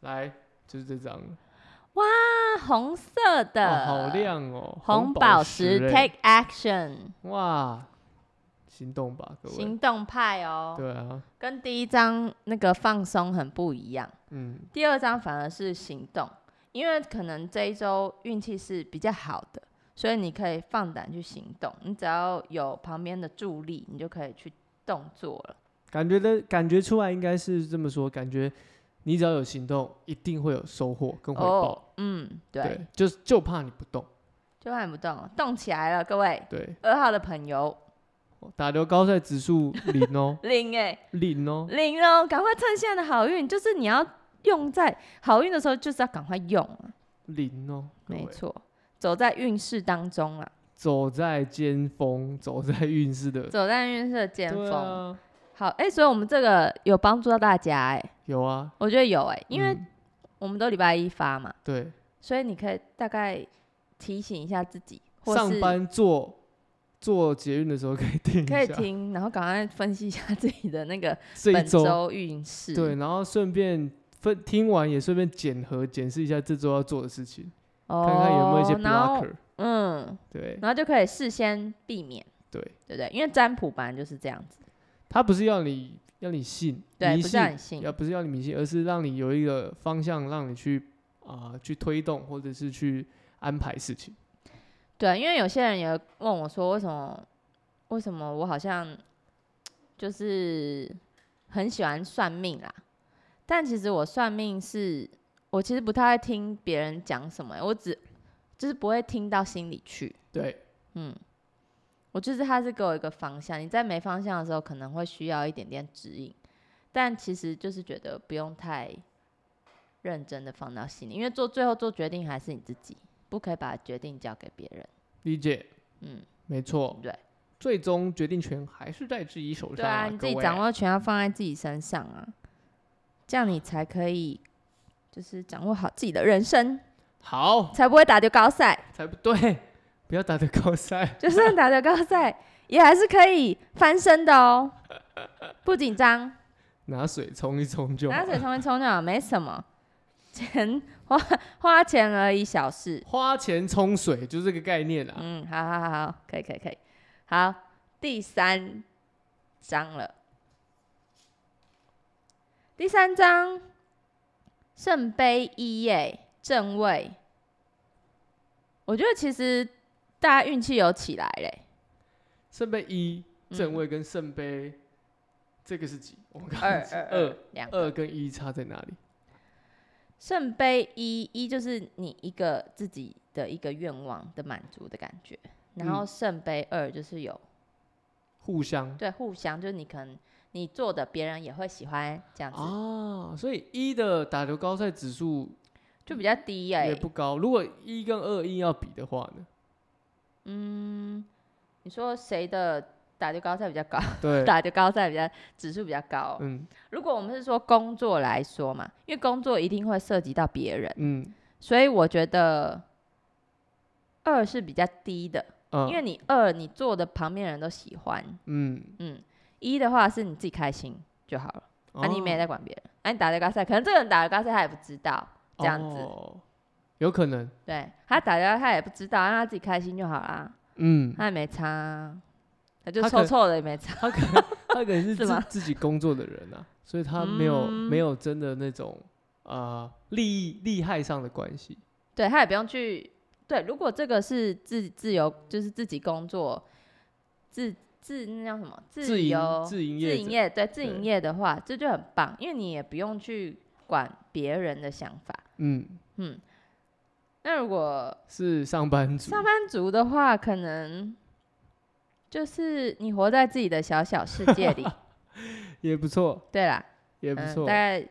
[SPEAKER 1] 来，就是这张了，
[SPEAKER 2] 啊，红色的，
[SPEAKER 1] 哇，好，亮哦，
[SPEAKER 2] 红
[SPEAKER 1] 宝
[SPEAKER 2] 宝石
[SPEAKER 1] 欸
[SPEAKER 2] Take Action，
[SPEAKER 1] 哇，行动吧，各位，
[SPEAKER 2] 行动派哦，
[SPEAKER 1] 对啊，
[SPEAKER 2] 跟第一张那个放松很不一样，
[SPEAKER 1] 嗯，
[SPEAKER 2] 第二张反而是行动，因为可能这一周运气是比较好的，所以你可以放胆去行动，你只要有旁边的助力，你就可以去动作了。
[SPEAKER 1] 感觉的感觉出来应该是这么说，感觉你只要有行动，一定会有收获跟回报。
[SPEAKER 2] 哦，嗯，对，
[SPEAKER 1] 对，就是就怕你不动。
[SPEAKER 2] 就按不动，动起来了，各位
[SPEAKER 1] 对，哦
[SPEAKER 2] 二号的朋友，
[SPEAKER 1] 打流高赛指数零哦，
[SPEAKER 2] 零哎、
[SPEAKER 1] 零哦。
[SPEAKER 2] 零哦，赶快趁现在的好运，就是你要用在好运的时候，就是要赶快用啊。
[SPEAKER 1] 零哦，各
[SPEAKER 2] 没
[SPEAKER 1] 位
[SPEAKER 2] 错，走在运势当中啊，
[SPEAKER 1] 走在尖峰，走在运势的
[SPEAKER 2] 走在运势的尖
[SPEAKER 1] 对
[SPEAKER 2] 峰。
[SPEAKER 1] 啊，
[SPEAKER 2] 好，哎、所以我们这个有帮助到大家哎、
[SPEAKER 1] 有啊，
[SPEAKER 2] 我觉得有哎、因为
[SPEAKER 1] 嗯
[SPEAKER 2] 我们都礼拜一发嘛，
[SPEAKER 1] 对，
[SPEAKER 2] 所以你可以大概提醒一下自己，或
[SPEAKER 1] 上
[SPEAKER 2] 是
[SPEAKER 1] 班做做捷运的时候可以听一
[SPEAKER 2] 可以
[SPEAKER 1] 下
[SPEAKER 2] 听，然后赶快分析一下自己的那个
[SPEAKER 1] 这一
[SPEAKER 2] 本周运势。
[SPEAKER 1] 对，，然后顺便分听完也顺便检核检视一下这周要做的事情，
[SPEAKER 2] 哦，
[SPEAKER 1] 看看有没有一些
[SPEAKER 2] 然后
[SPEAKER 1] blocker。
[SPEAKER 2] 嗯，
[SPEAKER 1] 对
[SPEAKER 2] 然后就可以事先避免，
[SPEAKER 1] 对，
[SPEAKER 2] 对不对？因为占卜本来就是这样子。
[SPEAKER 1] 他不是要你要你信，
[SPEAKER 2] 对，
[SPEAKER 1] 迷
[SPEAKER 2] 不是
[SPEAKER 1] 信
[SPEAKER 2] 很信。
[SPEAKER 1] 要不是要你迷信，而是让你有一个方向，让你去啊、去推动，或者是去安排事情。
[SPEAKER 2] 对，因为有些人也问我说，为什么为什么我好像就是很喜欢算命啦？但其实我算命是，我其实不太会听别人讲什么欸、我只就是不会听到心里去。
[SPEAKER 1] 对，
[SPEAKER 2] 嗯，我就是他是给我一个方向，你在没方向的时候可能会需要一点点指引，但其实就是觉得不用太认真的放到心里，因为做最后做决定还是你自己，不可以把决定交给别人。
[SPEAKER 1] 理解，
[SPEAKER 2] 嗯，
[SPEAKER 1] 没错。
[SPEAKER 2] 对，
[SPEAKER 1] 最终决定权还是在自己手
[SPEAKER 2] 对
[SPEAKER 1] 上、
[SPEAKER 2] 啊，你自己
[SPEAKER 1] 各位
[SPEAKER 2] 掌。握权要放在自己身上啊，这样你才可以就是掌握好自己的人生，
[SPEAKER 1] 好，
[SPEAKER 2] 才不会打丢高赛。
[SPEAKER 1] 才不对，不要打的高赛。
[SPEAKER 2] 就算打丢高赛，也还是可以翻身的哦，不紧张。
[SPEAKER 1] 拿水冲一冲就好
[SPEAKER 2] 拿水
[SPEAKER 1] 了。
[SPEAKER 2] 冲一冲就好，没什么，钱花花钱而已，小事。
[SPEAKER 1] 花钱冲水就是这个概念啊啦。
[SPEAKER 2] 嗯，好好好好，可以可以可以。好，第三章了。第三章，圣杯一耶，正位。我觉得其实大家运气有起来嘞，
[SPEAKER 1] 圣杯一
[SPEAKER 2] 嗯
[SPEAKER 1] 正位跟圣杯，这个是几？我们刚
[SPEAKER 2] 二
[SPEAKER 1] 刚是
[SPEAKER 2] 二
[SPEAKER 1] 二
[SPEAKER 2] 二两
[SPEAKER 1] 二跟一差在哪里？
[SPEAKER 2] 圣杯一一就是你一个自己的一个愿望的满足的感觉，然后圣杯二就是有、
[SPEAKER 1] 互相
[SPEAKER 2] 对互相，就是你可能你做的别人也会喜欢这样子，
[SPEAKER 1] 啊，所以一的打球高赛指数
[SPEAKER 2] 就比较低哎、
[SPEAKER 1] 也不高。如果一跟二硬要比的话 呢？
[SPEAKER 2] 嗯，你说谁的打丢高赛比较高？
[SPEAKER 1] 对，
[SPEAKER 2] 打丢高赛比较指数比较高。
[SPEAKER 1] 嗯
[SPEAKER 2] 如果我们是说工作来说嘛，因为工作一定会涉及到别人，
[SPEAKER 1] 嗯
[SPEAKER 2] 所以我觉得二是比较低的，
[SPEAKER 1] 嗯，
[SPEAKER 2] 因为你二你做的旁边人都喜欢。
[SPEAKER 1] 嗯，
[SPEAKER 2] 嗯，一的话是你自己开心就好了，啊，你没
[SPEAKER 1] 哦
[SPEAKER 2] 在管别人。那、你打德高赛，可能这个人打德高赛他也不知道，这样子
[SPEAKER 1] 哦、有可能，
[SPEAKER 2] 对他打德高赛也不知道，让他自己开心就好啦，
[SPEAKER 1] 嗯，
[SPEAKER 2] 他也没差啊，他就
[SPEAKER 1] 他可
[SPEAKER 2] 臭臭的也没差，
[SPEAKER 1] 他可能他可能 是
[SPEAKER 2] 是
[SPEAKER 1] 自
[SPEAKER 2] 吗
[SPEAKER 1] 自己工作的人啊，所以他没有、没
[SPEAKER 2] 嗯
[SPEAKER 1] 有真的那种啊利益利害上的关系，
[SPEAKER 2] 对他也不用去对。如果这个是自自由，就是自己工作，自自那叫什么
[SPEAKER 1] 自
[SPEAKER 2] 由
[SPEAKER 1] 营自营
[SPEAKER 2] 自
[SPEAKER 1] 业
[SPEAKER 2] 营
[SPEAKER 1] 者
[SPEAKER 2] 业，对自营
[SPEAKER 1] 对
[SPEAKER 2] 业的话，这就很棒，因为你也不用去管别人的想法。
[SPEAKER 1] 嗯，
[SPEAKER 2] 嗯，那如果
[SPEAKER 1] 是上班族，
[SPEAKER 2] 上班族的话，可能就是你活在自己的小小世界里。
[SPEAKER 1] 也不错，
[SPEAKER 2] 对啦，
[SPEAKER 1] 也不
[SPEAKER 2] 嗯，
[SPEAKER 1] 错，
[SPEAKER 2] 大概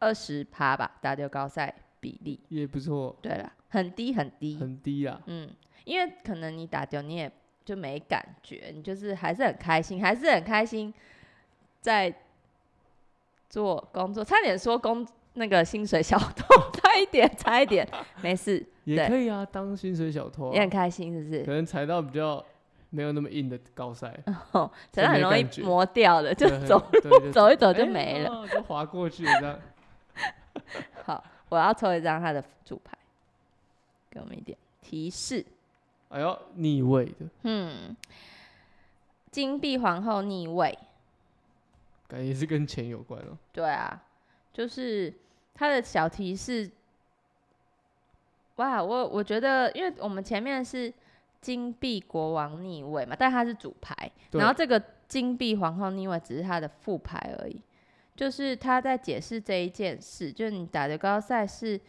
[SPEAKER 2] 二十趴吧，打丢高赛比例。
[SPEAKER 1] 也不错，
[SPEAKER 2] 对啦，很低很低，
[SPEAKER 1] 很低啊，
[SPEAKER 2] 嗯，因为可能你打丢你也就没感觉，你就是还是很开心，还是很开心在做工作，差点说工那个薪水小偷， 差一点，差一点，没事，
[SPEAKER 1] 也
[SPEAKER 2] 对
[SPEAKER 1] 可以啊，当薪水小偷、
[SPEAKER 2] 也
[SPEAKER 1] 啊
[SPEAKER 2] 很，开心，是不
[SPEAKER 1] 可
[SPEAKER 2] 是？
[SPEAKER 1] 能踩到比较没有那么硬的高塞，
[SPEAKER 2] 哦，
[SPEAKER 1] 就
[SPEAKER 2] 真的很
[SPEAKER 1] 没
[SPEAKER 2] 容易
[SPEAKER 1] 感觉
[SPEAKER 2] 磨掉了， 就
[SPEAKER 1] 对很
[SPEAKER 2] 走。
[SPEAKER 1] 对就
[SPEAKER 2] 走一走就
[SPEAKER 1] 哎
[SPEAKER 2] 没了
[SPEAKER 1] 啊就滑过去这样。
[SPEAKER 2] 好，我要抽一张他的主牌，给我们一点提示。
[SPEAKER 1] 哎呦，逆位的
[SPEAKER 2] 嗯，金币皇后逆位，
[SPEAKER 1] 感觉也是跟钱有关哦。
[SPEAKER 2] 对啊，就是它的小提示。哇，我我觉得，因为我们前面是金币国王逆位嘛，但它是主牌，
[SPEAKER 1] 对
[SPEAKER 2] 然后这个金币皇后逆位只是它的副牌而已。就是他在解释这一件事，就是你打的高赛是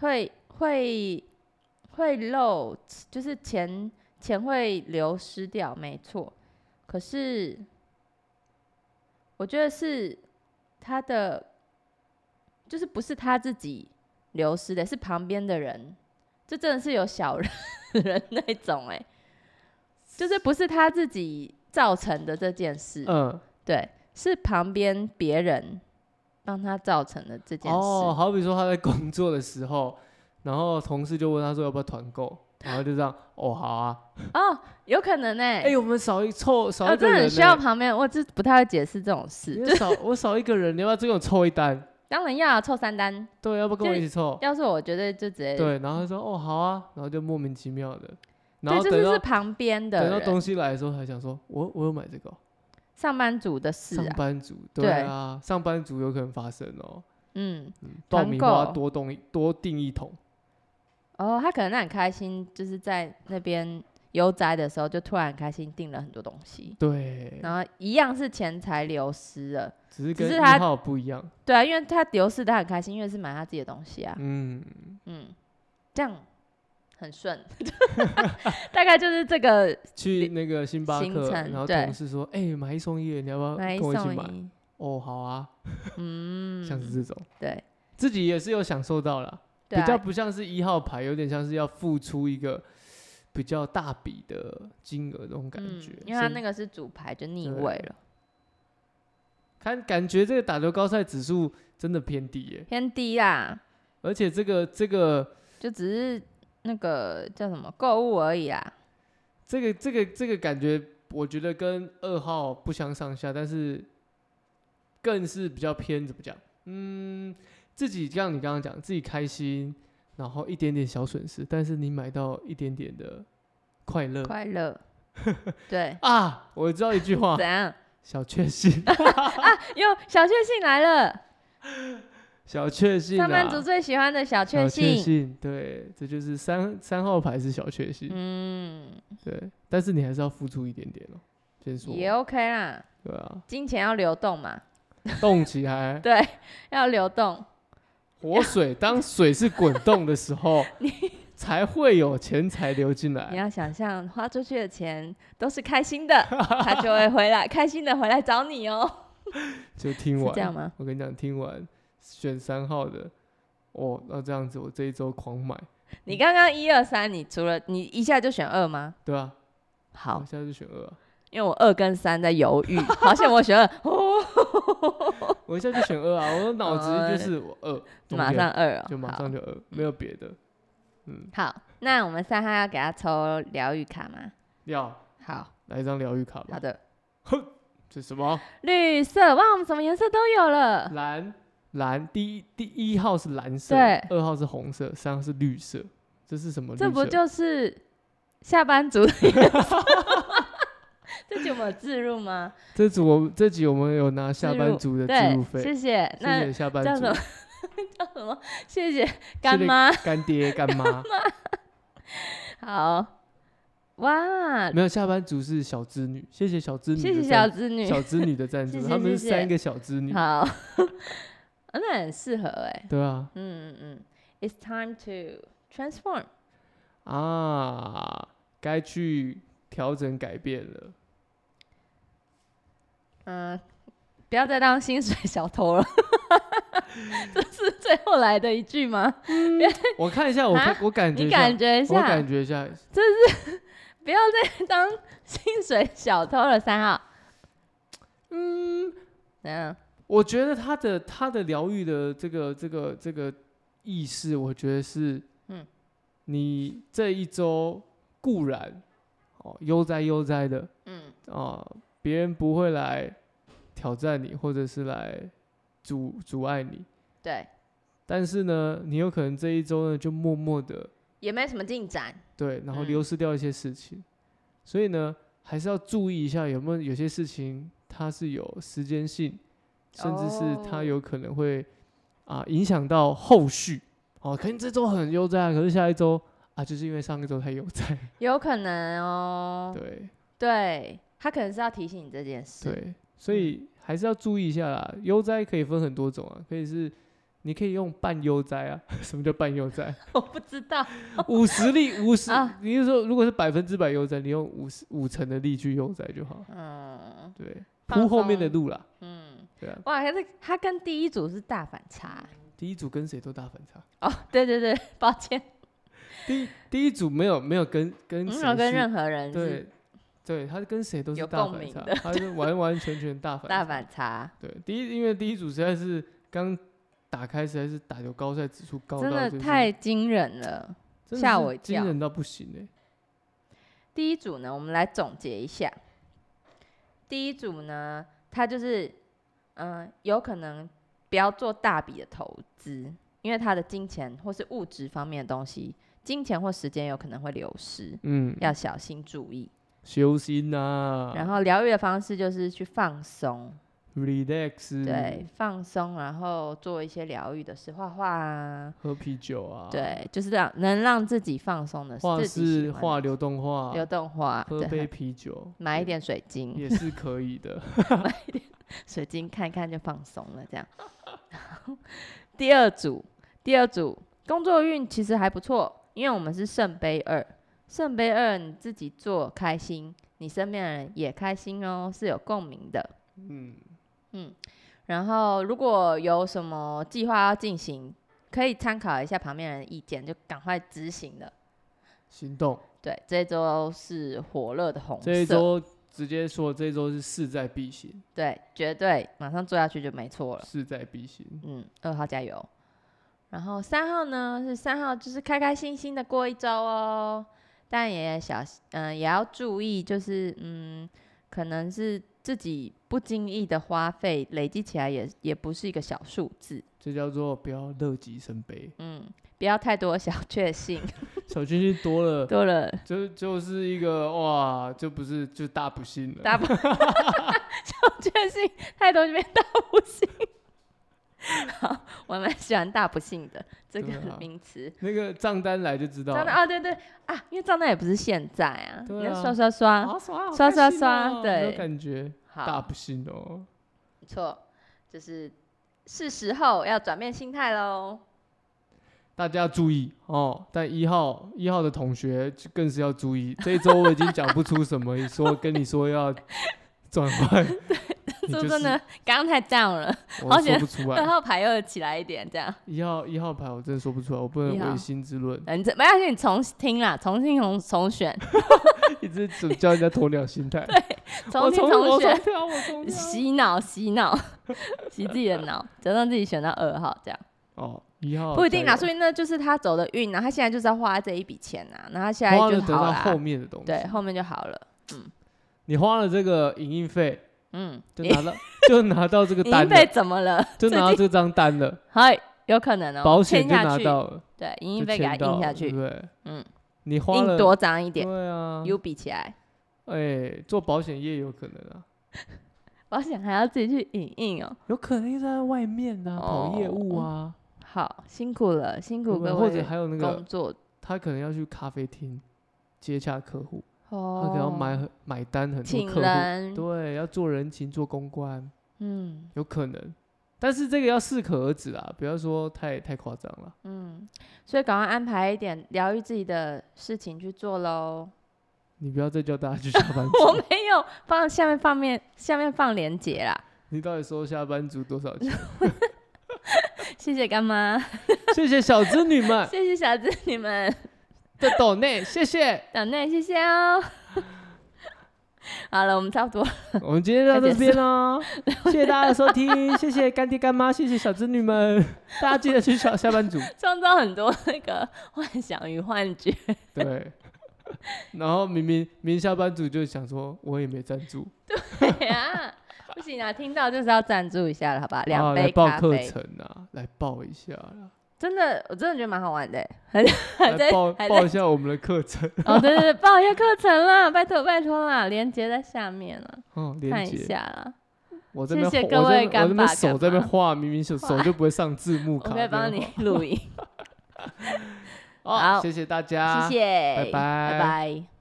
[SPEAKER 2] 会会会漏，就是钱钱会流失掉，没错。可是我觉得是他的，就是不是他自己流失的，是旁边的人，这真的是有小人人那种哎、就是不是他自己造成的这件事，
[SPEAKER 1] 嗯，
[SPEAKER 2] 对，是旁边别人帮他造成的这件事，
[SPEAKER 1] 哦，好比说他在工作的时候，然后同事就问他说要不要团购，然后就这样，哦，好啊。
[SPEAKER 2] 哦有可能哎、
[SPEAKER 1] 哎，我们少一凑
[SPEAKER 2] 我、
[SPEAKER 1] 少一个
[SPEAKER 2] 真的
[SPEAKER 1] 人
[SPEAKER 2] 很需要
[SPEAKER 1] 呢，
[SPEAKER 2] 旁边，我就不太会解释这种
[SPEAKER 1] 因
[SPEAKER 2] 事，
[SPEAKER 1] 为少我少一个人，你要不要最后凑一单？
[SPEAKER 2] 当然要凑三单，
[SPEAKER 1] 对，要不要跟我一起凑？
[SPEAKER 2] 要是我绝对就直接
[SPEAKER 1] 对，然后他说哦好啊，然后就莫名其妙的，然
[SPEAKER 2] 对，
[SPEAKER 1] 后
[SPEAKER 2] 就
[SPEAKER 1] 等
[SPEAKER 2] 是
[SPEAKER 1] 到
[SPEAKER 2] 是旁边的
[SPEAKER 1] 等到
[SPEAKER 2] 人，
[SPEAKER 1] 东西来的时候，还想说我我有买这个哦，
[SPEAKER 2] 上班族的事
[SPEAKER 1] 上
[SPEAKER 2] 啊，
[SPEAKER 1] 班族对
[SPEAKER 2] 对
[SPEAKER 1] 啊，上班族有可能发生哦。
[SPEAKER 2] 嗯，
[SPEAKER 1] 爆
[SPEAKER 2] 团
[SPEAKER 1] 米花
[SPEAKER 2] 购
[SPEAKER 1] 多动一多订一桶，
[SPEAKER 2] 哦，他可能很开心，就是在那边悠哉的时候，就突然很开心订了很多东西，
[SPEAKER 1] 对，
[SPEAKER 2] 然后一样是钱财流失了，
[SPEAKER 1] 只是
[SPEAKER 2] 只
[SPEAKER 1] 跟
[SPEAKER 2] 是
[SPEAKER 1] 一
[SPEAKER 2] 他
[SPEAKER 1] 号不一样。
[SPEAKER 2] 对啊，因为他流失，他很开心，因为是买他自己的东西啊，
[SPEAKER 1] 嗯，
[SPEAKER 2] 嗯，这样很顺，大概就是这个
[SPEAKER 1] 去那个星巴
[SPEAKER 2] 行
[SPEAKER 1] 克，
[SPEAKER 2] 程
[SPEAKER 1] 然后
[SPEAKER 2] 对
[SPEAKER 1] 同事说：“哎、买一送一，你要不要跟
[SPEAKER 2] 买一
[SPEAKER 1] 我一起
[SPEAKER 2] 送
[SPEAKER 1] 买
[SPEAKER 2] 一，？”
[SPEAKER 1] 哦，好啊，像是
[SPEAKER 2] 嗯，
[SPEAKER 1] 这种，
[SPEAKER 2] 对
[SPEAKER 1] 自己也是有享受到啦，
[SPEAKER 2] 对
[SPEAKER 1] 比较
[SPEAKER 2] 啊，
[SPEAKER 1] 不像是一号牌，有点像是要付出一个比较大笔的金额那种感
[SPEAKER 2] 嗯
[SPEAKER 1] 觉。
[SPEAKER 2] 因为他
[SPEAKER 1] 甚
[SPEAKER 2] 那个是主牌，就逆
[SPEAKER 1] 对
[SPEAKER 2] 位了，
[SPEAKER 1] 看感觉这个打球高赛指数真的偏低耶，
[SPEAKER 2] 偏低啦，
[SPEAKER 1] 而且这个这个。
[SPEAKER 2] 就只是那个叫什么购物而已啦，
[SPEAKER 1] 这个这个这个感觉，我觉得跟二号不相上下，但是更是比较偏怎么讲？嗯，自己像你刚刚讲，自己开心，然后一点点小损失，但是你买到一点点的快乐
[SPEAKER 2] 快 乐，对。
[SPEAKER 1] 啊！我知道一句话
[SPEAKER 2] 怎，样？
[SPEAKER 1] 小确幸，
[SPEAKER 2] 哟，小确幸来了！
[SPEAKER 1] 小确幸、啊，
[SPEAKER 2] 上班族最喜欢的小确
[SPEAKER 1] 小确
[SPEAKER 2] 幸。
[SPEAKER 1] 幸，对，这就是三三号牌是小确幸，
[SPEAKER 2] 嗯，
[SPEAKER 1] 对，但是你还是要付出一点点哦、先说，
[SPEAKER 2] 也 OK 啦，
[SPEAKER 1] 对啊，
[SPEAKER 2] 金钱要流动嘛，
[SPEAKER 1] 动起来。
[SPEAKER 2] 对，要流动。
[SPEAKER 1] 活水，当水是滚动的时候，才会有钱财流进
[SPEAKER 2] 你
[SPEAKER 1] 来。
[SPEAKER 2] 要想象花出去的钱都是开心 的，他就会回来，开心的回来找你哦。
[SPEAKER 1] 就听
[SPEAKER 2] 是这样
[SPEAKER 1] 完，
[SPEAKER 2] 吗？
[SPEAKER 1] 我跟你讲，听完选三号的，哦，那这样子我这一周狂买，
[SPEAKER 2] 你刚刚一二三，你除了你一下就选二吗？
[SPEAKER 1] 对吧、啊？
[SPEAKER 2] 好
[SPEAKER 1] 我，现在就选二啊、
[SPEAKER 2] 因为我二跟三在 犹豫，好险我选二，哦，
[SPEAKER 1] 我一下就选二 啊！我的脑子就是我二，中
[SPEAKER 2] 马
[SPEAKER 1] 间
[SPEAKER 2] 上二哦，
[SPEAKER 1] 就马
[SPEAKER 2] 好
[SPEAKER 1] 上就二，没有别的。嗯，
[SPEAKER 2] 好，那我们三号要给他抽疗愈卡吗？
[SPEAKER 1] 要
[SPEAKER 2] 好
[SPEAKER 1] 来一张疗愈卡吧
[SPEAKER 2] 好。的。
[SPEAKER 1] 这什么？嗯
[SPEAKER 2] 绿色，哇，我们什么颜色都有了。
[SPEAKER 1] 蓝、蓝第一第一号是蓝色，
[SPEAKER 2] 对
[SPEAKER 1] 二号是红色，三号是绿色，这是什么绿色？
[SPEAKER 2] 这不就是下班族的颜色 吗这集我们有置入吗？
[SPEAKER 1] 这组我这集我们有拿下
[SPEAKER 2] 置
[SPEAKER 1] 班
[SPEAKER 2] 入
[SPEAKER 1] 族的
[SPEAKER 2] 对
[SPEAKER 1] 置入费，
[SPEAKER 2] 谢谢。那
[SPEAKER 1] 谢谢下班
[SPEAKER 2] 叫
[SPEAKER 1] 族
[SPEAKER 2] 什么 叫什么？谢谢干妈。
[SPEAKER 1] 干爹干 妈，
[SPEAKER 2] 好，哇，
[SPEAKER 1] 没有下班族是小织女，谢谢小织女
[SPEAKER 2] 谢
[SPEAKER 1] 的
[SPEAKER 2] 谢小
[SPEAKER 1] 赞，
[SPEAKER 2] 子女。
[SPEAKER 1] 小织女的 赞助，
[SPEAKER 2] 谢谢
[SPEAKER 1] 他们是
[SPEAKER 2] 谢谢
[SPEAKER 1] 三个小织女，
[SPEAKER 2] 好， 啊那很适合哎、
[SPEAKER 1] 对啊
[SPEAKER 2] 嗯嗯嗯，It's time to transform。
[SPEAKER 1] 啊，该去调整改变 了，
[SPEAKER 2] 嗯、不要再当薪水小偷了， 这是最后来的一句吗？
[SPEAKER 1] 我看一下，我看我感觉
[SPEAKER 2] 啊你
[SPEAKER 1] 一下
[SPEAKER 2] 感，觉一
[SPEAKER 1] 我
[SPEAKER 2] 下
[SPEAKER 1] 感，觉一下，
[SPEAKER 2] 不要再当薪水小偷了，三号。嗯，怎样？
[SPEAKER 1] 我觉得他的他的疗愈的这个这个这个意识，我觉得是，
[SPEAKER 2] 嗯，
[SPEAKER 1] 你这一周固然哦悠哉悠哉的，
[SPEAKER 2] 嗯
[SPEAKER 1] 啊，别人不会来挑战你，或者是来阻阻碍你。
[SPEAKER 2] 对，
[SPEAKER 1] 但是呢，你有可能这一周呢就默默的
[SPEAKER 2] 也没什么进展。
[SPEAKER 1] 对，然后
[SPEAKER 2] 嗯
[SPEAKER 1] 流失掉一些事情。所以呢，还是要注意一下有没有有些事情它是有时间性，甚至是它
[SPEAKER 2] 哦
[SPEAKER 1] 有可能会啊影响到后续。哦，可能这周很悠哉啊，可是下一周啊，就是因为上一周太悠哉。
[SPEAKER 2] 有可能哦，
[SPEAKER 1] 对
[SPEAKER 2] 对他可能是要提醒你这件事。
[SPEAKER 1] 对，所以还是要注意一下啦。悠哉可以分很多种啊，可以是你可以用半悠哉啊。 什么叫半悠哉？
[SPEAKER 2] 我不知道，
[SPEAKER 1] 五十 力五十
[SPEAKER 2] 啊，
[SPEAKER 1] 你是说如果是百分之百悠哉，你用五十五成的力去悠哉就好。
[SPEAKER 2] 嗯
[SPEAKER 1] 对，
[SPEAKER 2] 放
[SPEAKER 1] 铺后面的
[SPEAKER 2] 松
[SPEAKER 1] 路啦。
[SPEAKER 2] 嗯，
[SPEAKER 1] 对啊，
[SPEAKER 2] 哇，他他跟第一组是大反差
[SPEAKER 1] 第一组跟谁都大反差。
[SPEAKER 2] 哦，对对对，抱歉，
[SPEAKER 1] 第一第一组没有没有跟跟
[SPEAKER 2] 没
[SPEAKER 1] 谁
[SPEAKER 2] 有啊跟
[SPEAKER 1] 是
[SPEAKER 2] 任何人是
[SPEAKER 1] 对对，他跟谁都是
[SPEAKER 2] 有
[SPEAKER 1] 大
[SPEAKER 2] 共
[SPEAKER 1] 反
[SPEAKER 2] 鸣
[SPEAKER 1] 差
[SPEAKER 2] 的，
[SPEAKER 1] 他是完完全全大反
[SPEAKER 2] 大
[SPEAKER 1] 差。
[SPEAKER 2] 反差，
[SPEAKER 1] 对，第一因为第一组实在是刚打开，实在是打球高赛指数高
[SPEAKER 2] 真
[SPEAKER 1] 到
[SPEAKER 2] 的
[SPEAKER 1] 就是
[SPEAKER 2] 太惊人了。
[SPEAKER 1] 真的
[SPEAKER 2] 吓
[SPEAKER 1] 是
[SPEAKER 2] 我一
[SPEAKER 1] 惊
[SPEAKER 2] 跳
[SPEAKER 1] 人到不行哎、
[SPEAKER 2] 第一组呢，我们来总结一下。第一组呢，它就是嗯、呃有可能不要做大笔的投资，因为他的金钱或是物质方面的东西，金钱或时间有可能会流失，
[SPEAKER 1] 嗯，
[SPEAKER 2] 要小心注意。
[SPEAKER 1] 修心啊呐、
[SPEAKER 2] 然后疗愈的方式就是去放松，
[SPEAKER 1] r e l a x
[SPEAKER 2] 对，，放松，然后做一些疗愈的事，画画啊，
[SPEAKER 1] 喝啤酒啊，，
[SPEAKER 2] 对，就是让能让自己放松的事，
[SPEAKER 1] 画
[SPEAKER 2] 自己喜
[SPEAKER 1] 是
[SPEAKER 2] 欢
[SPEAKER 1] 画
[SPEAKER 2] 的
[SPEAKER 1] 流动画，
[SPEAKER 2] 流动画，
[SPEAKER 1] 喝杯
[SPEAKER 2] 对，
[SPEAKER 1] 啤酒，
[SPEAKER 2] 买一
[SPEAKER 1] 也
[SPEAKER 2] 点水晶，
[SPEAKER 1] 也是可以的。
[SPEAKER 2] 水晶看一看就放松了，这样。 第二组，第二组工作运其实还不错，因为我们是圣杯二，圣杯二你自己做开心，你身边的人也开心哦，是有共鸣的。
[SPEAKER 1] 嗯，
[SPEAKER 2] 然后如果有什么计划要进行，可以参考一下旁边人的意见，就赶快执行了。
[SPEAKER 1] 行动。
[SPEAKER 2] 对，这周是火热的红色，
[SPEAKER 1] 这一周直接说，这一周是势在必行，
[SPEAKER 2] 对，绝对马上做下去就没错了。
[SPEAKER 1] 势在必行。
[SPEAKER 2] 嗯，二号加油。然后三号呢是三号，就是开开心心的过一周哦，但也小心，嗯、也要注意，就是嗯，可能是自己不经意的花费，累积起来也也不是一个小数字，
[SPEAKER 1] 这叫做不要乐极生悲，
[SPEAKER 2] 嗯，不要太多 小确幸，
[SPEAKER 1] 小清新多了，
[SPEAKER 2] 多了
[SPEAKER 1] 就就是一个哇，就不是就大不幸了。
[SPEAKER 2] 大不 小确幸太多就变大不幸。好，我蛮喜欢“大不幸”的这个
[SPEAKER 1] 对啊
[SPEAKER 2] 名词。
[SPEAKER 1] 那个账单来就知道
[SPEAKER 2] 账单
[SPEAKER 1] 了。
[SPEAKER 2] 啊，对对啊，因为账单也不是现在啊，
[SPEAKER 1] 对
[SPEAKER 2] 你要
[SPEAKER 1] 啊
[SPEAKER 2] 刷刷刷。
[SPEAKER 1] 啊刷
[SPEAKER 2] 刷刷刷
[SPEAKER 1] 刷，
[SPEAKER 2] 对
[SPEAKER 1] 哦有感觉大
[SPEAKER 2] 好，
[SPEAKER 1] 不幸哦。
[SPEAKER 2] 不错，就是是时候要转变心态喽。
[SPEAKER 1] 大家要注意哦，但一号一号的同学就更是要注意。 这一周我已经讲不出什么说跟你说要转 换，你
[SPEAKER 2] 说
[SPEAKER 1] 就
[SPEAKER 2] 真
[SPEAKER 1] 是
[SPEAKER 2] 的，刚刚太 down 了，
[SPEAKER 1] 我
[SPEAKER 2] 好
[SPEAKER 1] 说
[SPEAKER 2] 险
[SPEAKER 1] 不出
[SPEAKER 2] 二
[SPEAKER 1] 来。
[SPEAKER 2] 号牌又起来一点，这样。
[SPEAKER 1] 一号一号牌我真的说不出来，我不能
[SPEAKER 2] 一号
[SPEAKER 1] 违心之论，
[SPEAKER 2] 嗯，这没关系，你重听啦，重新重重选，
[SPEAKER 1] 一直总教人家鸵鸟心 态。我
[SPEAKER 2] 重听
[SPEAKER 1] 从我从
[SPEAKER 2] 重选，
[SPEAKER 1] 跳我从跳。
[SPEAKER 2] 洗脑洗脑， 洗自己的脑，假装自己选到二号这样。
[SPEAKER 1] 哦，一号
[SPEAKER 2] 不一定
[SPEAKER 1] 加
[SPEAKER 2] 啦，
[SPEAKER 1] 油
[SPEAKER 2] 说明那就是他走的运啊，他现在就是要花这一笔钱啊，那他现在
[SPEAKER 1] 花了
[SPEAKER 2] 就
[SPEAKER 1] 得
[SPEAKER 2] 好
[SPEAKER 1] 到后
[SPEAKER 2] 啦，
[SPEAKER 1] 面的东西，
[SPEAKER 2] 对，后面就好了。
[SPEAKER 1] 你花了这个影印费，
[SPEAKER 2] 嗯，
[SPEAKER 1] 就
[SPEAKER 2] 你
[SPEAKER 1] 拿到就拿到这个
[SPEAKER 2] 你
[SPEAKER 1] 单
[SPEAKER 2] 被
[SPEAKER 1] 了，
[SPEAKER 2] 怎么了？
[SPEAKER 1] 就拿到这张单了，
[SPEAKER 2] 嗨，有可 能哦，
[SPEAKER 1] 保险
[SPEAKER 2] 签
[SPEAKER 1] 就
[SPEAKER 2] 下
[SPEAKER 1] 拿
[SPEAKER 2] 去，
[SPEAKER 1] 到了，
[SPEAKER 2] 对，影
[SPEAKER 1] 就
[SPEAKER 2] 印费给它
[SPEAKER 1] 签到
[SPEAKER 2] 印下
[SPEAKER 1] 了，对
[SPEAKER 2] 去
[SPEAKER 1] 不，对？
[SPEAKER 2] 嗯，
[SPEAKER 1] 你花
[SPEAKER 2] 印
[SPEAKER 1] 了
[SPEAKER 2] 多张一点
[SPEAKER 1] 对啊，
[SPEAKER 2] ，U 比起来，
[SPEAKER 1] 哎，做保险业有可能啊，
[SPEAKER 2] 保险还要自己去影印哦。
[SPEAKER 1] 有可能在外面啊，跑业务啊，
[SPEAKER 2] 好，辛苦了，辛
[SPEAKER 1] 对
[SPEAKER 2] 苦
[SPEAKER 1] 不对
[SPEAKER 2] 各
[SPEAKER 1] 或者
[SPEAKER 2] 位
[SPEAKER 1] 还有那
[SPEAKER 2] 工
[SPEAKER 1] 个
[SPEAKER 2] 作
[SPEAKER 1] 他可能要去咖啡厅接洽客户，他
[SPEAKER 2] 哦
[SPEAKER 1] 可能要买很买单很多
[SPEAKER 2] 请
[SPEAKER 1] 客户，
[SPEAKER 2] 人，
[SPEAKER 1] 对，要做人情做公关，
[SPEAKER 2] 嗯
[SPEAKER 1] 有可能。但是这个要适可而止啊，不要说太太夸张了。
[SPEAKER 2] 嗯，所以赶快安排一点疗愈自己的事情去做 喽。
[SPEAKER 1] 你不要再叫大家去下班
[SPEAKER 2] 我
[SPEAKER 1] 族，
[SPEAKER 2] 没有放下面放面下面放链接啦，
[SPEAKER 1] 你到底收下班族多少钱？
[SPEAKER 2] 谢谢干 妈，
[SPEAKER 1] 谢谢小织女们
[SPEAKER 2] 谢谢小子你们，
[SPEAKER 1] 的抖内，谢谢。
[SPEAKER 2] 等内谢谢 哦。好了，我们差不多了，
[SPEAKER 1] 我们今天到这边喽，谢谢大家的收听，谢谢干爹干妈，谢谢小织女们，大家记得去下下班 族。
[SPEAKER 2] 创造很多那个幻想与幻 觉。
[SPEAKER 1] 对，然后明明明下班族就想说，我也没赞助，
[SPEAKER 2] 对呀，不行啊，听到就是要赞助一下了，好吧？
[SPEAKER 1] 啊
[SPEAKER 2] 两
[SPEAKER 1] 来
[SPEAKER 2] 杯
[SPEAKER 1] 报
[SPEAKER 2] 咖
[SPEAKER 1] 课
[SPEAKER 2] 啡，
[SPEAKER 1] 程啊，来报一下 啦，
[SPEAKER 2] 真的，我真的觉得蛮好玩的欸，还
[SPEAKER 1] 来
[SPEAKER 2] 在
[SPEAKER 1] 报
[SPEAKER 2] 还
[SPEAKER 1] 报
[SPEAKER 2] 在
[SPEAKER 1] 一下我们的课程
[SPEAKER 2] 哦，对对对，报一下课程啦，拜托拜托啦，链接在下面了，
[SPEAKER 1] 哦，
[SPEAKER 2] 看
[SPEAKER 1] 连
[SPEAKER 2] 一
[SPEAKER 1] 接。
[SPEAKER 2] 下啦，
[SPEAKER 1] 我这
[SPEAKER 2] 谢
[SPEAKER 1] 边
[SPEAKER 2] 谢
[SPEAKER 1] 我
[SPEAKER 2] 各
[SPEAKER 1] 这
[SPEAKER 2] 位
[SPEAKER 1] 边我这
[SPEAKER 2] 干爸
[SPEAKER 1] 边手
[SPEAKER 2] 干
[SPEAKER 1] 这边
[SPEAKER 2] 妈
[SPEAKER 1] 画，明明手手就不会上字幕
[SPEAKER 2] 我
[SPEAKER 1] 卡。
[SPEAKER 2] 可以帮你。 录音，
[SPEAKER 1] 哦，
[SPEAKER 2] 好
[SPEAKER 1] 谢谢大家，
[SPEAKER 2] 谢谢，
[SPEAKER 1] 拜拜
[SPEAKER 2] 拜拜。